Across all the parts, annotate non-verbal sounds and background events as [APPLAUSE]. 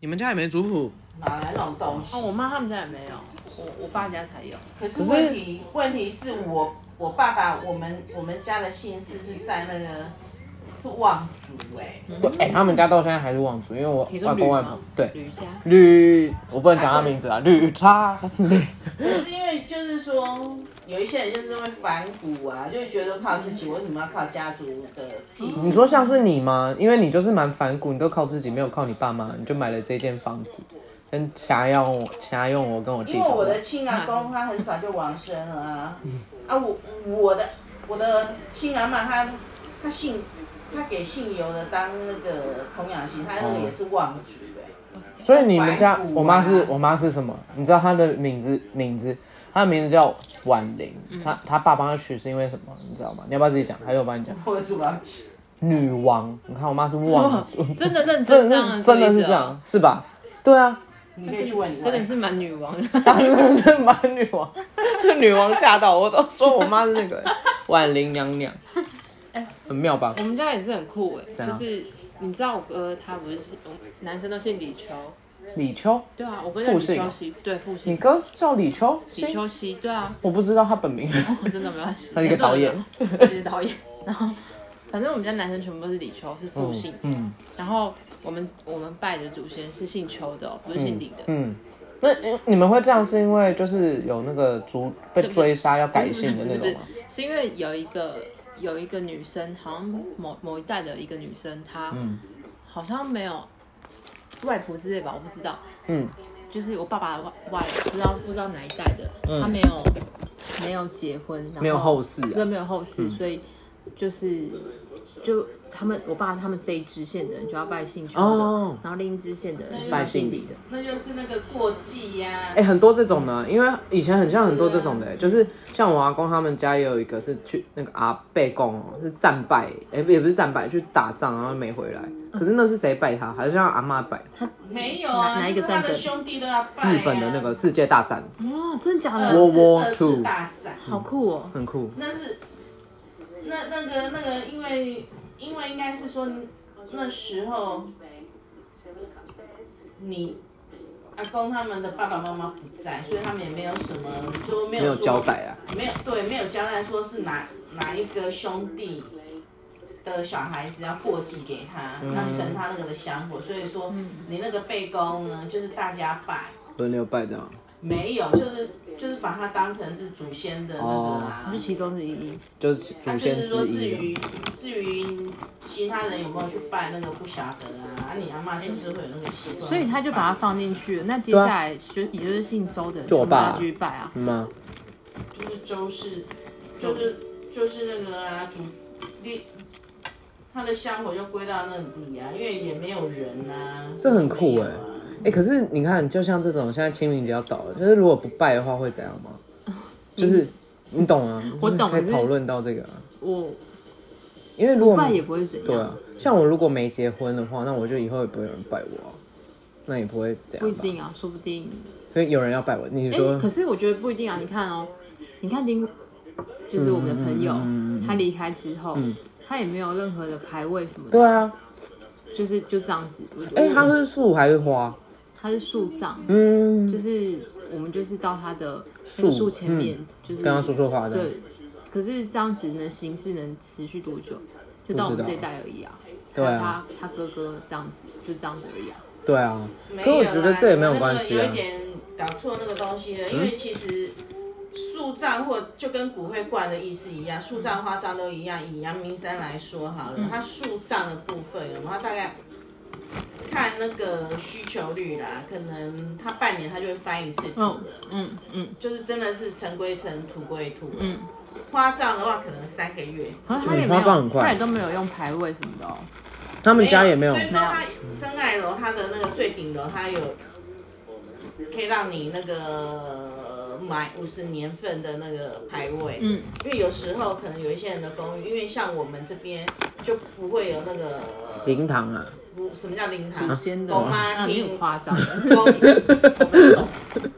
你们家也没族谱？哪来那种东西？哦，我妈他们家也没有，我我爸家才有。可是问题问题是我我爸爸我们我们家的姓氏是在那个是望族哎、嗯对，哎、他们家到现在还是望族，因为我你说外吕公外吗婆？对吕家。吕，我不能讲他名哎字啊，吕他。可是因为就是说有一些人就是会反骨啊，就会觉得靠自己，为什么要靠家族的屁股？ [LAUGHS] 嗯你说像是你吗？因为你就是蛮反骨，你都靠自己，没有靠你爸妈，你就买了这间房子，跟家用我家用我跟我弟因为讨我论的亲阿公他很早就往生了啊，啊我我的我的亲阿妈她她姓她给姓尤的当那个童养媳，她那哦个也是望族 [LAUGHS] 哎、所以你们家白骨啊我妈是我妈是什么？你知道她的名字名字，她的名字叫婉玲。嗯她她爸帮她取是因为什么？你知道吗？你要不要自己讲？还是我帮你讲？或者是王族。女王。你看我妈是王 [LAUGHS] 族，哦真的认真真这的样是真的是意思这哦，样，是吧？对啊，你可以去问你外真的公。是蛮女王的。 [LAUGHS] 当然是把女王 [LAUGHS] 女王嫁到，我都说我妈是那个婉玲娘娘，很妙吧我？们家也是很酷哎、样就是你知道我哥他不是男生都姓李秋，李秋，对啊，我哥叫复李姓秋啊熙，对复你姓哥叫李秋，李秋熙，对啊，我不知道他本名，我真的没关系，他是一个导演对，是导演。然后反正我们家男生全部都是李秋，是复姓，嗯然后我们我们拜的祖先是姓邱的、哦，不是姓李的。嗯。那呃你们会这样是因为就是有那个族被追杀要改姓的那种吗？不是是因为有一个有一个女生，好像某某一代的一个女生，她嗯好像没有外婆之类吧，我不知道。嗯，就是我爸爸的外外不知道不知道哪一代的，她没有没有结婚，然后嗯没有后世啊对，没有后世，所以就是就他们我爸他们这一支线的人就要拜姓邱的，哦然后另一支线的人就拜拜姓姓李李的。那就是那个过继呀、哎、很多这种呢，因为以前很像很多这种嗯的、欸就是像我阿公他们家也有一个是去那个阿贝公哦，是战败，哎、也不是战败，去打仗然后没回来。嗯可是那是谁拜他？还是让阿妈拜？没有啊，哪哪一个就是他战的争兄弟都要拜、啊。日本的那个世界大战，哦，真的假二的？次 World War 二次 Two 大战，好酷哦！很酷。那是那那个那个，因为因为应该是说那时候你阿公他们的爸爸妈妈不在，所以他们也没有什么就没有没有说交代啊，没有对没有交代说是哪哪一个兄弟。的小孩子要过继给他，他成他那个的香火，所以说你那个背公呢，就是大家拜，轮流拜这哦样。没有，就是就是把它当成是祖先的那个啊，就其中之一，就是祖就哦先是说之至一啊于至于其他人有没有去拜那个不晓得啊，啊你阿妈就是会有那个习惯，所以他就把它放进去了。那接下来就也就是姓周的人，啊就我爸啊继续拜啊。嗯吗？就是周氏，就是就是那个啊祖你他的香火就归到那里啊，因为也没有人啊，这很酷没有哎、啊哎、可是你看，就像这种，现在清明节要到了，就是如果不拜的话会怎样吗？就是你懂啊，嗯我懂就是可可以是讨论到这个、啊，我因为如果拜也不会怎样，对啊，像我如果没结婚的话，那我就以后也不会有人拜我、啊，那也不会怎不一样吧？定啊，说不定。所以有人要拜我，你哎、说、可是我觉得不一定啊。你看哦，你看丁，就是我们的朋友，嗯他离开之后，他也没有任何的牌位什么的，对啊，就是就这样子。我哎、我他是树还是花？他是树葬，嗯，就是我们就是到他的那个树前面，就是嗯跟他说说话的。对，可是这样子呢，形式能持续多久？就到我们这一代而已啊。对啊，他他哥哥这样子，就这样子而已啊。对啊，没可有我啦觉得这也没有关系那啊嗯个有一。点搞错那个东西啊了，因为其实树葬或就跟骨灰罐的意思一样，树葬、花葬都一样。以阳明山来说好嗯了，它树葬的部分，我们要大概看那个需求率啦，可能它半年它就会翻一次土哦了，嗯嗯，就是真的是尘归尘，土归土。嗯，花葬的话可能三个月。然啊后他也嗯没花葬很有，快他也都没有用牌位什么的哦。他们家也没有所以说它真爱楼它的那个最顶楼，它有可以让你那个买五十年份的那个牌位。嗯，因为有时候可能有一些人的公寓，因为像我们这边就不会有那个灵堂 [LAUGHS] 啊， [LAUGHS] 不什么叫灵堂祖，先的，公妈啊，你厅很、夸张。公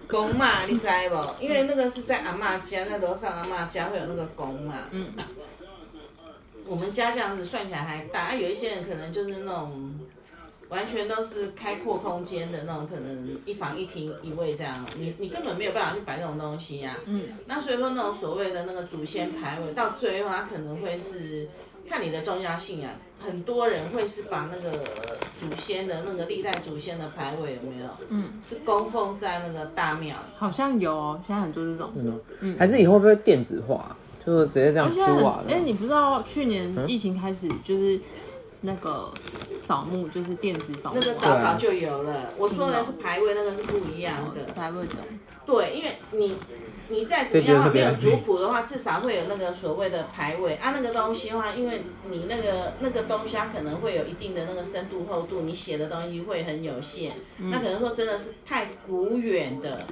公妈，你知不？因为那个是在阿嬷家，在楼上阿嬷家会有那个公妈。嗯，我们家这样子算起来还大，啊、有一些人可能就是那种完全都是开阔空间的那种，可能一房一厅一卫这样，你你根本没有办法去摆那种东西呀、 [LAUGHS] 嗯，那所以说那种所谓的那个祖先牌位，到最后它可能会是看你的宗教信仰，啊很多人会是把那个祖先的那个历代祖先的牌位有没有？嗯，是供奉在那个大庙。好像有哦，现在很多这种。嗯还是以后会不会电子化，就是直接这样而且很铺瓦，哎、的？你不知道去年疫情开始就是那个扫墓，就是电子扫墓那个啊，早早就有了，我说的是牌位，那个是不一样的。才会懂。对，因为你你再怎么样的话，这就是没有特别族谱的话，至少会有那个所谓的牌位啊，那个东西的话，因为你那个那个东西，它可能会有一定的那个深度厚度，你写的东西会很有限。那可能说真的是太古远的，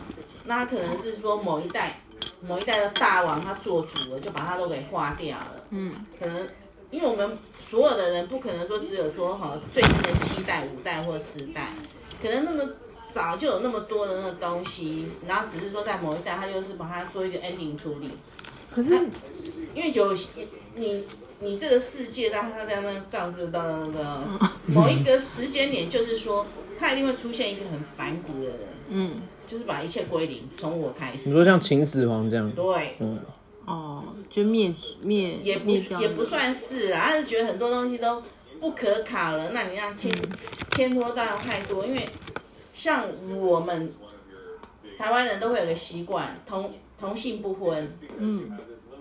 那它可能是说某一代某一代的大王他做主了，就把它都给划掉了。嗯，可能。因为我们所有的人不可能说只有说好最近的七代、五代或十代，可能那个早就有那么多的那个东西，然后只是说在某一代，他就是把它做一个 ending 处理，可是因为有你你这个世界，当它在那个这样子的那个某一个时间点，就是说它一定会出现一个很反骨的人，嗯，就是把一切归零，从我开你始。说像秦始皇这样，对，嗯，哦，就灭灭也不灭掉也那不个算是啦，他是觉得很多东西都不可考了，那你让牵嗯牵拖到太多，因为像我们台湾人都会有个习惯，同同性不婚，嗯，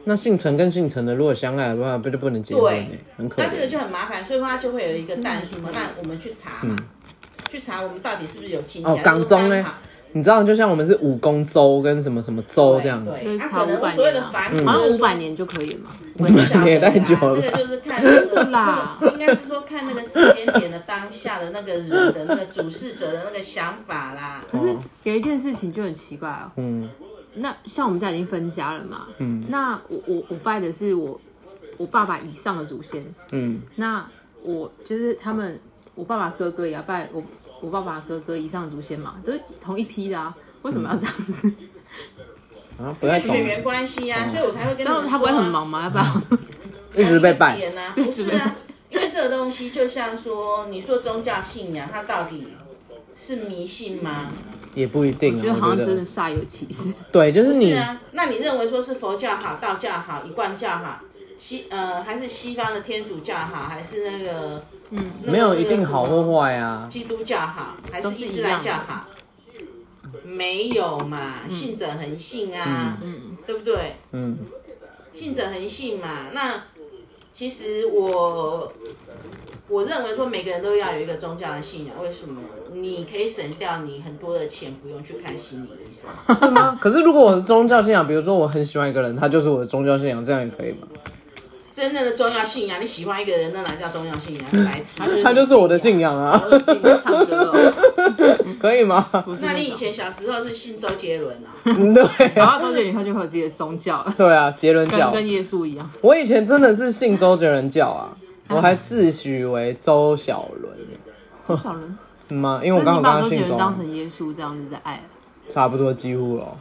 那姓陈跟姓陈的如果相爱的话，不就不能结婚、欸对？很可那这个怜。就很麻烦，所以它就会有一个淡嗯数嘛。那我们去查嘛，去查我们到底是不是有亲戚啊哦？港就是中呢刚好你知道，就像我们是武功州跟什么什么州对这样，就对，是他查哎可五能百所谓年的嗯啊，繁好像就是五百年就可以了 [LAUGHS] 嘛。也太久了那吧个就是看那个啦那个应该是说看那个时间点的当下的那个人的那个主事者的那个想法啦。可是有一件事情就很奇怪哦，嗯，那像我们家已经分家了嘛，嗯，那我我我拜的是我我爸爸以上的祖先，嗯，那我就是他们，我爸爸哥哥也要拜我我爸爸哥哥以上的祖先嘛，都是同一批的啊，为什么要这样子？嗯啊，不太懂血，缘关系啊，所以我才会跟然他后们他不会说啊很 [LAUGHS] 忙吗？要不然一直被拜一，点啊，不是 [LAUGHS] 啊，因为这个东西就像说，你说宗教信仰，它到底是迷信吗？也不一定我啊。觉得好我像觉真的得，煞有其事。对，就是是嗯你，啊，那你认为说是佛教好、道教好、一贯教好，西呃还是西方的天主教好，还是那个嗯没有一定好或坏啊。基督教好，还是都是伊一斯兰样的教好？没有嘛，嗯信者恒信啊，嗯，对不对？嗯，信者恒信嘛。那其实我我认为说每个人都要有一个宗教的信仰，为什么？你可以省掉你很多的钱，不用去看心理医 [LAUGHS] 生。是吗？可是如果我是宗教信仰，比如说我很喜欢一个人，他就是我的宗教信仰，这样也可以吗？真正的宗教信仰，你喜欢一个人，那哪叫宗教信仰？白痴。 [LAUGHS] 他就是我的信仰啊，我就已经唱歌啊了 [LAUGHS] 可以吗？不是那那你以种。前小时候是信周杰伦 [LAUGHS] 啊？嗯 [LAUGHS] 对然啊，后周杰伦他就会有自己的宗教了，对啊，杰伦跟教，跟耶稣一样。我以前真的是信周杰伦教啊，我还自诩为周小伦周小伦，嗯吗？因为那我刚刚你把刚刚周杰信伦中当啊，成耶稣这样子在爱，啊差不多几乎了。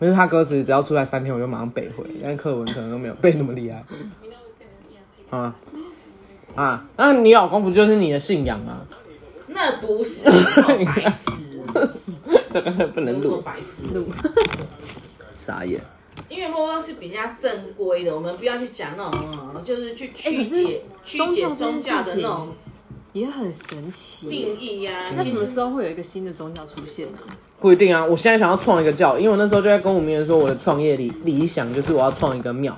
因为他歌词只要出来三天，我就马上背会，但课文可能都没有背那么厉害。啊啊，那你老公不就是你的信仰吗？ [LAUGHS] 那不是，好白痴，这个是不能多录，白痴。傻眼。因为摸摸是比较正规的，我们不要去讲那种，嗯就是去哎可曲是解、曲解宗教的那种也很神奇。定义呀、那哎其什么实时候会有一个新的宗教出现呢、不一定啊，我现在想要创一个教，因为我那时候就在跟我名人说，我的创业理理想就是我要创一个庙，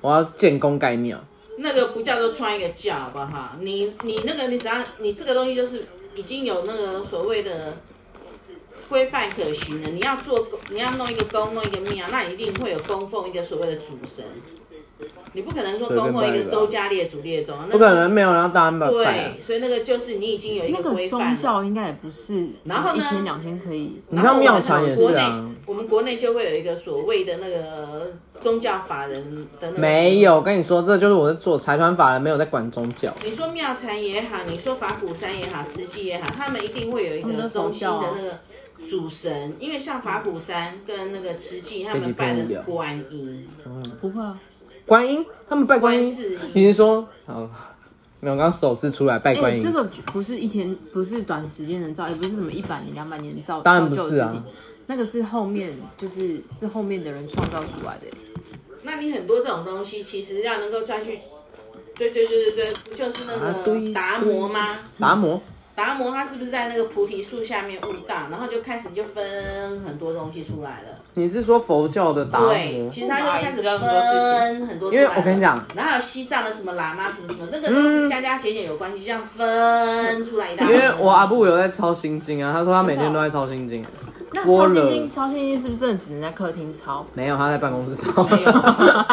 我要建功盖庙。那个不叫做穿一个教，好不好？你你那个你只要你这个东西就是已经有那个所谓的规范可循了。你要做你要弄一个宫弄一个庙，那一定会有供奉一个所谓的主神。你不可能说随便供奉一拜一个个周家列祖列宗，那不可能没啊有人要当拜拜、啊对，。所以那个就是你已经有一那个个规宗范了。教应该也不是，然后一呢天两天可以。你像庙产也是啊，我们国内就会有一个所谓的那个宗教法人的那个没。有。跟你说，这就是我是做财团法人，没有在管宗教。你说庙产也好，你说法鼓山也好，慈济也好，他们一定会有一他们个都佛中心教啊的那个主神，因为像法鼓山跟那个慈济，他们拜的是观音、不会啊，观音，他们拜观观音，世音。你是说，哦，没有，我刚手势出来拜哎、观音。这个不是一天，不是短时间能造，也不是什么一百年、两百年造，当然不造就是的啊事情，那个是后面就是是后面的人创造出来的。那你很多这种东西，其实要能够再去，对对对对对，不就是那啊对个达摩吗？达摩，达摩他是不是在那个菩提树下面悟道，然后就开始就分很多东西出来了？你是说佛教的达对，摩？其实他就开始分很多出来了，因为我跟你讲然后还有西藏的什么喇嘛什么什么，那个都是加加减减有关系，这样分出来一大因堆。为我阿布有在抄心经啊，他说他每天都在抄心经，那波超现了金，超现金是不是真的只能在客厅抄？没有他在办公室抄有， [LAUGHS]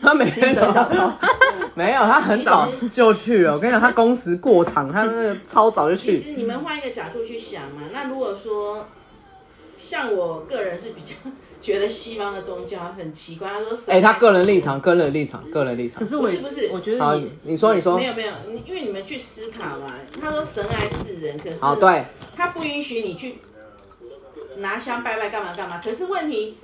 他每天神小早偷 [LAUGHS] 没有，他很早其实就去了。我跟你讲，他工时过长，他那个超早就其去。实你们换一个角度去想嘛，那如果说像我个人是比较觉得西方的宗教很奇怪，他说神哎、他个人立场，个人立场，个人立场。可是我也不是不是我觉好得也，啊你说，你说没，有没有，你因为你们去思考嘛，他说神爱世人，可是好，哦对，他不允许你去拿香拜拜干嘛干嘛。可是问题，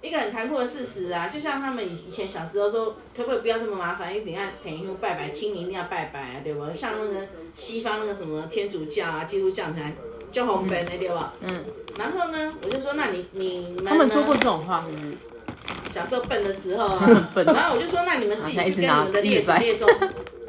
一个很残酷的事实啊，就像他们以以前小时候说，可不可以不要这么麻烦，一定要舔一拜拜，清明一定要拜拜啊，对不？像那个西方那个什么天主教啊、基督教才叫红本的，对吧？嗯，然后呢，我就说，那你你们呢他们说过这种话，是不是？，小时候笨的时候啊笨然后我就说，那你们自己去跟你们的列祖列宗，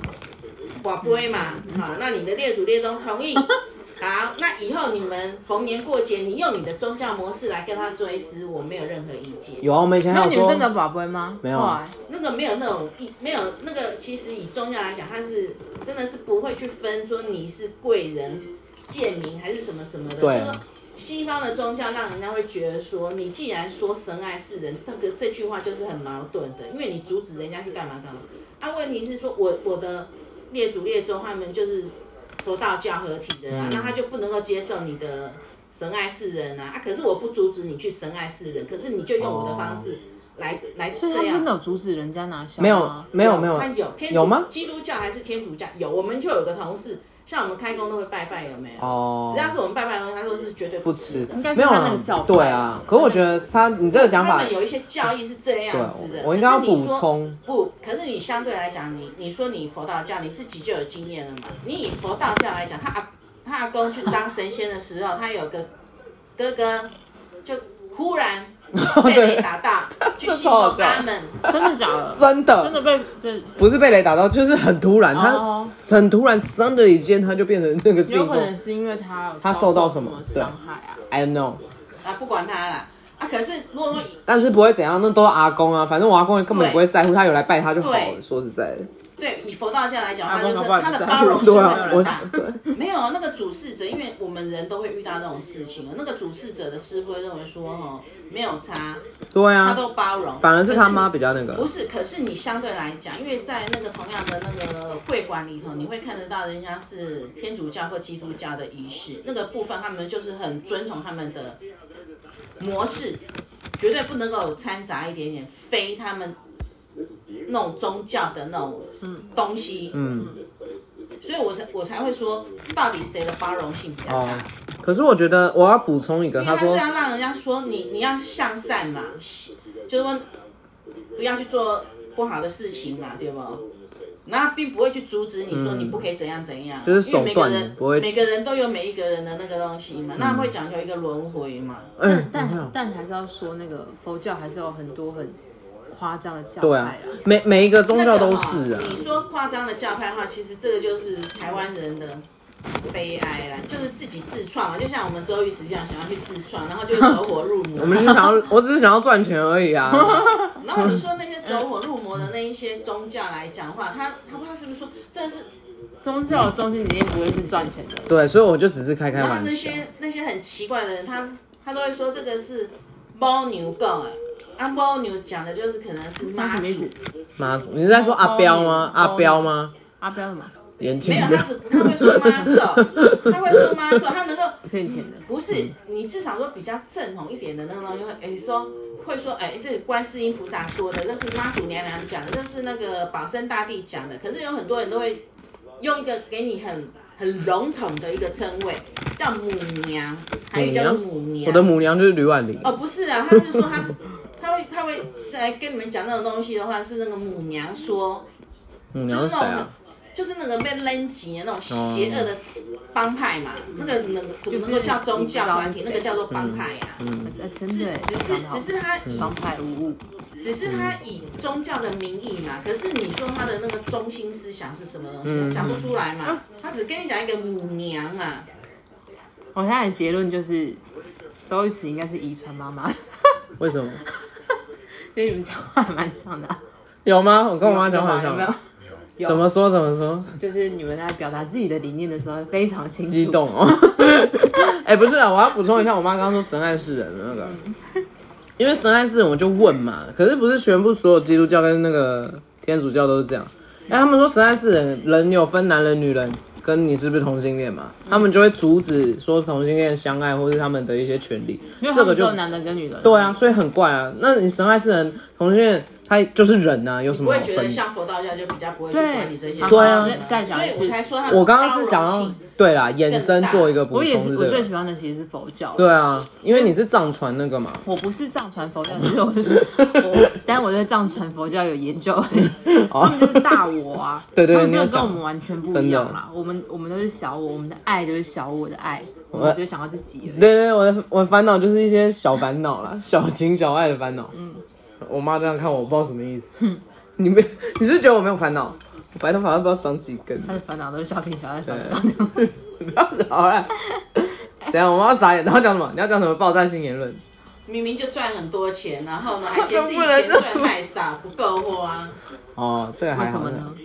[LAUGHS] 我不会嘛，好，那你的列祖列宗同意，好，那以后你们逢年过节，你用你的宗教模式来跟他追思，我没有任何意见。有啊，我们以前还那有你们真的说，宝贝吗？没有啊后来那个没有那种意，没有那个，其实以宗教来讲，它是真的是不会去分说你是贵人、贱民还是什么什么的。对就是说西方的宗教让人家会觉得说，你既然说神爱世人，这个这句话就是很矛盾的，因为你阻止人家去干嘛干嘛。啊，问题是说我我的列祖列宗他们就是佛道教合体嗯的啊，那他就不能够接受你的神爱世人啊。啊，可是我不阻止你去神爱世人，可是你就用我的方哦式来、来所以这他们样真。的有阻止人家拿香吗啊没有，没有，没有他，有天主有吗基督教还是天主教？有，我们就有个同事，像我们开工都会拜拜，有没有？哦，只要是我们拜拜的东西，他都是绝对不不吃的。，应该是没有啊看那个教派对啊，可我觉得他，你这个讲他法们，有一些教义是这样子的对，我我应该要可是你补说充。不，可是你相对来讲，你你说你佛道教，你自己就有经验了嘛？你以佛道教来讲，他阿他阿公去当神仙的时候，他有个 [LAUGHS] 哥哥就忽然被雷打 [LAUGHS] 到，去这信超好奉笑他们。真的假的？真的，真的被被不是被雷打到，就是很突然，他哦很突然，生的一间他就变成那个有进可攻。能是因为他有他受到什什么对伤害啊？ I know，啊，不管他了啊。可是如果说以但是不会怎样，那都是阿公啊，反正我阿公根本不会在乎，他有来拜他就好了。对说实在的，对以佛道教来讲，阿他公就是搞不好也他不的在乎包容性对会啊，很我大。对没有啊那个主事者，因为我们人都会遇到这种事情，啊那个主事者的师傅会认为说，哦，没有差，对他啊，都包容。反而是他妈可比较那是不个，是，可是你相对来讲，因为在那个同样的那个会馆里头，你会看得到人家是天主教或基督教的仪式，那个部分他们就是很遵从他们的模式，绝对不能够掺杂一点点非他们那种宗教的那种东西。嗯。所以我才我才会说，到底谁的包容性比较哦大？，可是我觉得我要补充一个，因为他他是说要让人家说你你要向善嘛，就是说不要去做不好的事情嘛，对不？那并不会去阻止你说你不可以怎样怎样，嗯就是手因为每个段人不会每个人都有每一个人的那个东西嘛，那会讲究一个轮回嘛。嗯，你看但但还是要说，那个佛教还是有很多很夸张的教对派啦啊。，每每一个宗那教个都哈是啊，你说夸张的教派的话，其实这个就是台湾人的悲哀啦，就是自己自创嘛。就像我们周瑜实际上想要去自创，然后就走火入魔。 [LAUGHS] 我们就想要，啊我只是想要赚钱而已 [LAUGHS] 啊。然后你说那些走火入魔的那一些宗教来讲话，他他他是不是说真的是？ [LAUGHS] 宗教的中心理念不会是赚钱的，对，啊所以我就只是开开然后玩那笑。些那些很奇怪的人，他他都会说这个是猫牛狗哎，啊猫牛讲的就是可能是那妈什么意祖思，？妈祖，你是在说阿彪吗？包你阿彪吗？阿彪什么言情哦没有不他要是他会说妈 [LAUGHS] 祖，他会说妈祖，他能够骗钱嗯的？不是你至少说比较正统一点的那个东西，会哎说会说哎，这是观世音菩萨说的，这是妈祖娘娘讲的，这是那个保生大帝讲的。可是有很多人都会用一个给你很很笼统的一个称谓，叫母娘，还有叫做母娘。我的母娘就是吕婉玲。哦，不是啊，他是说他他会他会再来跟你们讲那种东西的话，是那个母娘说，母就娘是是谁那种很啊？就是那个被扔级的那种邪恶的帮派嘛，哦那个能怎么能够叫宗教团体？那个叫做帮派呀、嗯呃真是的耶，只是只是他以双派无误，只是他以宗教的名义嘛，可是你说他的那个中心思想是什么东嗯西，啊讲不出来嘛，他只跟你讲一个母娘啊嘛，嗯我现在的结论就是，周雨慈应该是遗传妈妈， [LAUGHS] 为什么？跟你们讲话还蛮像的啊。有吗？我跟我妈讲话啊有像没有吗，？有怎么说怎么说？就是你们在表达自己的理念的时候非常清楚。激动 [LAUGHS] 哦！哎、不是啊，我要补充一下，我妈刚刚说神爱世人的那个，因为神爱世人，我就问嘛，可是不是全部所有基督教跟那个天主教都是这样？哎、他们说神爱世人，人有分男人、女人，跟你是不是同性恋嘛？嗯他们就会阻止说同性恋相爱，或是他们的一些权利因。为他这个们只就有男的跟女的。对啊，所以很怪啊。那你神爱世人，同性恋他就是人啊，有什不么好会觉得分的？像佛道教就比较不会去对，管你这些，对啊再再讲一所以我次，才说他我刚刚是想包容要性对啦，延伸做一个补我也充是，是我这最个。喜欢的其实是佛教。对啊，因为你是藏传那个嘛，我不是藏传佛教，只 [LAUGHS] 是我是我，但我对藏传佛教有研究而已。他们就是大我哦啊，[LAUGHS] 对对他们你就有跟讲我们完全不一样啦。我们我们都是小我，我们的爱就是小我的爱，我们只是想到自己而已。对对，我的我的烦恼就是一些小烦恼啦，小情小爱的烦恼。嗯，我妈这样看我，我不知道什么意思。 [LAUGHS] 你没，你是觉得我没有烦恼？我白头发都不知道长几 [LAUGHS] 根。他的烦恼都是小情小爱烦恼。不要 [LAUGHS] 吵了。怎样？我妈傻眼，然后讲什么？你要讲什么爆炸性言论？明明就赚很多钱，然 [LAUGHS] 后呢还嫌自己不能钱这么赚太少，不够花，哦，这个还 [LAUGHS] 为好。什么呢？？嗯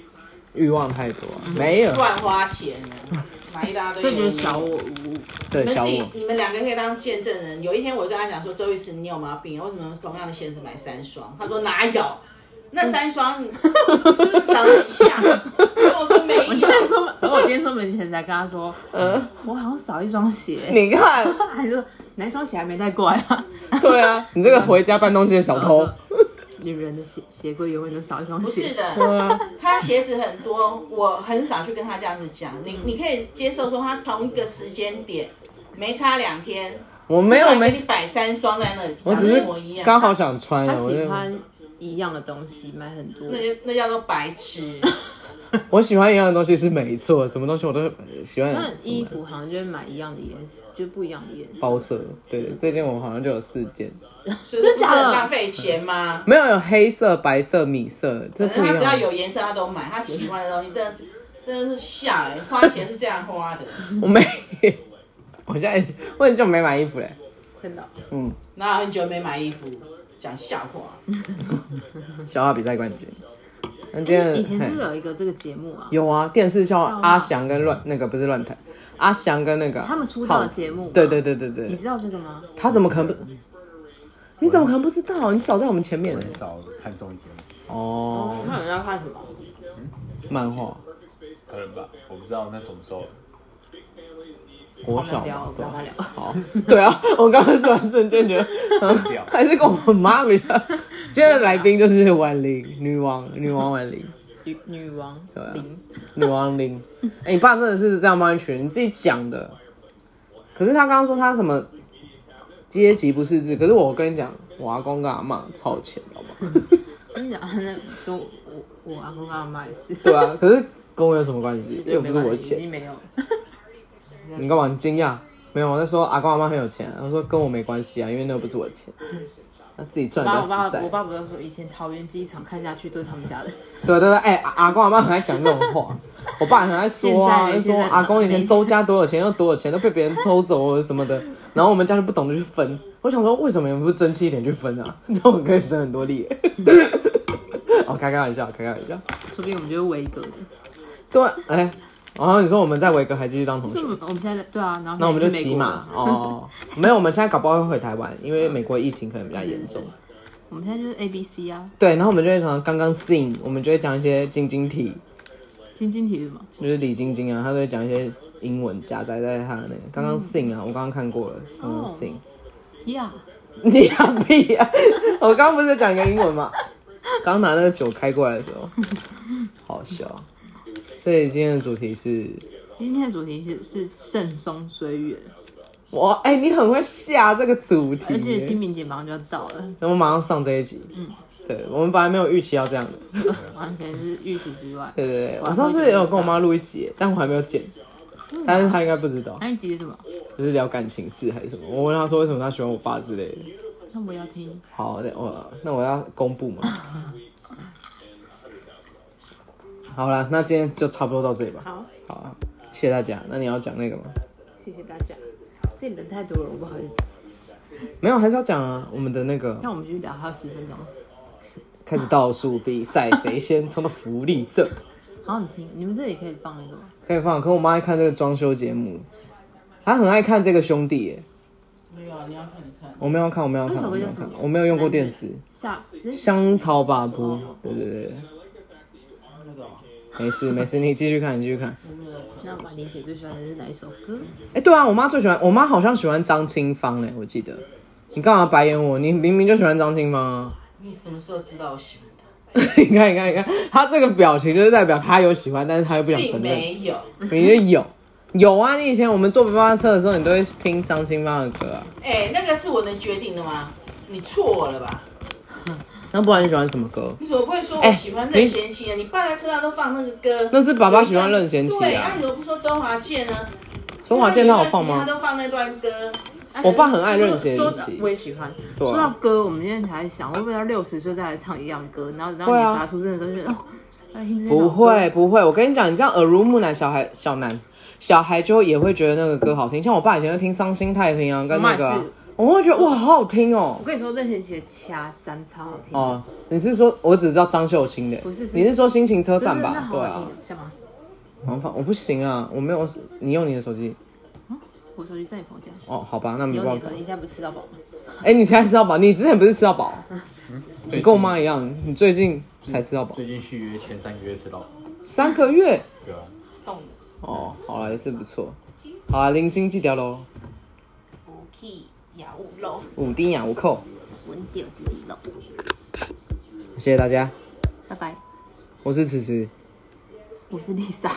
欲望太多，没有乱花钱呢，买一大堆。这就是小我 [LAUGHS] 无物。对你们小自己我，你们两个可以当见证人。有一天，我就跟他讲说：“周玉慈，你有毛病啊？为什么同样的鞋子买三双？”他说：“哪有？那三双是不是长得很像？”我说：“没我今天有。[LAUGHS] 出门，我今天出门前才跟他说，嗯，我好像少一双鞋，你看，还说哪一双鞋还没带过来啊？对啊，你这个回家搬东西的小偷， [LAUGHS] 女人的鞋鞋柜永远都少一双”不是鞋，的，啊他鞋子很多，我很少去跟他这样子讲。你你可以接受说他同一个时间点没差两天，我没有突然给没你，摆三双在那里，我长只得是一模一样。刚好想穿，啊他我喜就欢一样的东西，买很多那。就那叫做白 [LAUGHS] 痴。我喜欢一样的东西是没错，什么东西我都呃喜欢。那衣服好像就会买一样的颜色，就不一样的颜色。包色，对对，这件我好像就有四件，所以这真假的不是很浪费钱吗？没有有黑色、白色、米色，这反不正一他只要样。啊有颜色，他都买，他喜欢的东西，真的是真的是吓哎、花钱是这样花的，我没，我现在我很久没买衣服嘞。真的哦，然后很久没买衣服，讲笑话。笑话比赛冠军。那今天以前是不嘿是有一个这个节目啊？有啊，电视笑笑话话阿翔跟乱那个不是乱谈，阿翔跟那个他们出道浩的子节目嘛。对对对对你对，知道这个吗？他怎么可能不？你怎么可能不知道？你早在我们前面很少看综艺节目，哦，那你要看什么？漫画，可能吧，我不知道那什么时候。我不小聊，对不要啊跟他聊。好，对啊，我刚刚突然瞬间觉得，嗯掉还是跟我妈比较。今天的来宾就是婉玲，女王，女王婉玲，女女王啊零，女王玲。哎、你爸真的是这样帮你取，你自己讲的。可是他刚刚说他什么阶级不识字，可是我跟你讲，我阿公跟阿妈超前，好 [LAUGHS] 不好？我跟你讲，那跟我我我阿公跟阿妈也是， [LAUGHS] 对啊，可是跟我有什么关系？又不没是我的关系已钱，经没有。你干嘛？你惊讶？没有，我在说阿公阿妈很有钱，他说跟我没关系啊，因为那又不是我的钱，他自己赚比较爸嗯我实爸在我。爸不是说以前桃园机场看下去都是他们家的， [LAUGHS] 对对对，哎、阿阿公阿妈很爱讲这种话，我爸很爱说啊，现在就说现在阿公以前周家多少钱又多少钱，都被别人偷走了什么的，然后我们家就不懂得去 [LAUGHS] 分。我想说，为什么你们不争气一点去分啊？ [LAUGHS] 这样我可以省很多力耶。嗯 [LAUGHS] 哦，开开玩笑，开开玩笑。说不定我们就是维格的。对，哎、然后你说我们在维格还继续当同学就，我们我们现在在对啊，然后那我们就现在去骑美国啊马了。 [LAUGHS] 哦。 [LAUGHS] 没有，我们现在搞不好会回台湾，因为美国疫情可能比较严重。嗯我们现在就是 A B C 啊，对，然后我们就会常刚刚 sing，我们就会讲一些晶晶体。晶晶体是什么？就是李晶晶啊，她都会讲一些英文夹杂在她的那个。刚刚 sing 啊，我刚刚看过了，刚刚哦 sing。 [LAUGHS] 呀、你啊屁啊！我刚刚不是讲一个英文吗？刚拿那个酒开过来的时候，好笑。所以今天的主题是，今天的主题是是慎终追远，哇，哎、你很会下这个主题耶，而且清明节马上就要到了，那我马上上这一集。嗯，对我们本来没有预期要这样的。完全是预期之外。对对对，晚我嗯上上次也有跟我妈录一集，但我还没有剪，但是她应该不知道，那你急什么？就是聊感情事还是什么。我问她说为什么她喜欢我爸之类的。那我要听。好，那我那我要公布 [LAUGHS] 嘛。好啦，那今天就差不多到这里吧。好，好啊，谢谢大家。那你要讲那个吗？谢谢大家。这里人太多了，我不好意思讲。没有，还是要讲啊。我们的那个那我们继续聊，还有十分钟。开始倒数比赛，谁先冲到福利社？ [LAUGHS] 好，你听，你们这里可以放那个吗？可以放。可我妈爱看这个装修节目，她很爱看这个兄弟耶。没有，啊你要看你看。我没有看，我没有看，那首我歌没有叫什看么，我没有用过电视。下那香草把布哦，对对对，那个哦，没事没事，你继续看，你继续看。有没有在看？那婉玲姐最喜欢的是哪一首歌？哎、对啊，我妈最喜欢，我妈好像喜欢张清芳哎、我记得。你干嘛白眼我？你明明就喜欢张清芳啊！ [LAUGHS] 你什么时候知道我喜欢他？你看，你看，你看，她这个表情就是代表她有喜欢，但是她又不想并承认。没有。你就有有啊！你以前我们坐八八车的时候，你都会听张清芳的歌啊。哎、那个是我能决定的吗？你错了吧？那不然你喜欢什么歌？你怎么不会说哎我喜欢任贤齐呢？你爸在车上都放那个歌，那是爸爸喜欢任贤齐对，啊那。你怎么不说周华健呢？周华健他有放他吗？都放那段歌。啊我爸很爱任贤说齐我。也喜欢。啊说到歌，我们今天才想，会不会到六十岁再来唱一样歌？然后然后会你啊发出声的时候，就觉得哦，来听这些老歌不会，啊不会，我跟你讲，你这样耳濡目染，小孩小男小孩就也会觉得那个歌好听。像我爸以前就听《伤心太平洋》跟那个啊、我妈也是我会觉得哇，好好听哦我。跟你说，任贤齐的掐簪超好听。哦，你是说我只知道张秀清的，不是是你是说心情车对，站对那吧？好对好啊听，，干嘛？好像放我不行啊，我没有，你用你的手机我手机在你旁边，哦，好吧，那你没用办你的法手。机，你现在不是吃到饱吗？哎、你现在吃到饱？你之前不是吃到饱？嗯你跟我妈一样，你最近才吃到饱，最近续约前三个月吃到，三个月对啊，送的。哦，好了，也是不错。好啊，零星记掉喽，五 K 雅五肉，五丁呀五扣，文九五肉，谢谢大家，拜拜。我是慈慈。我是 Lisa，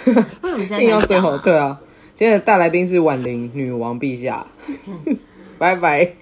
[LAUGHS] 为什么现在啊定要开始最讲 [LAUGHS] 后，对啊，今天的大来宾是婉玲女王陛下，拜拜。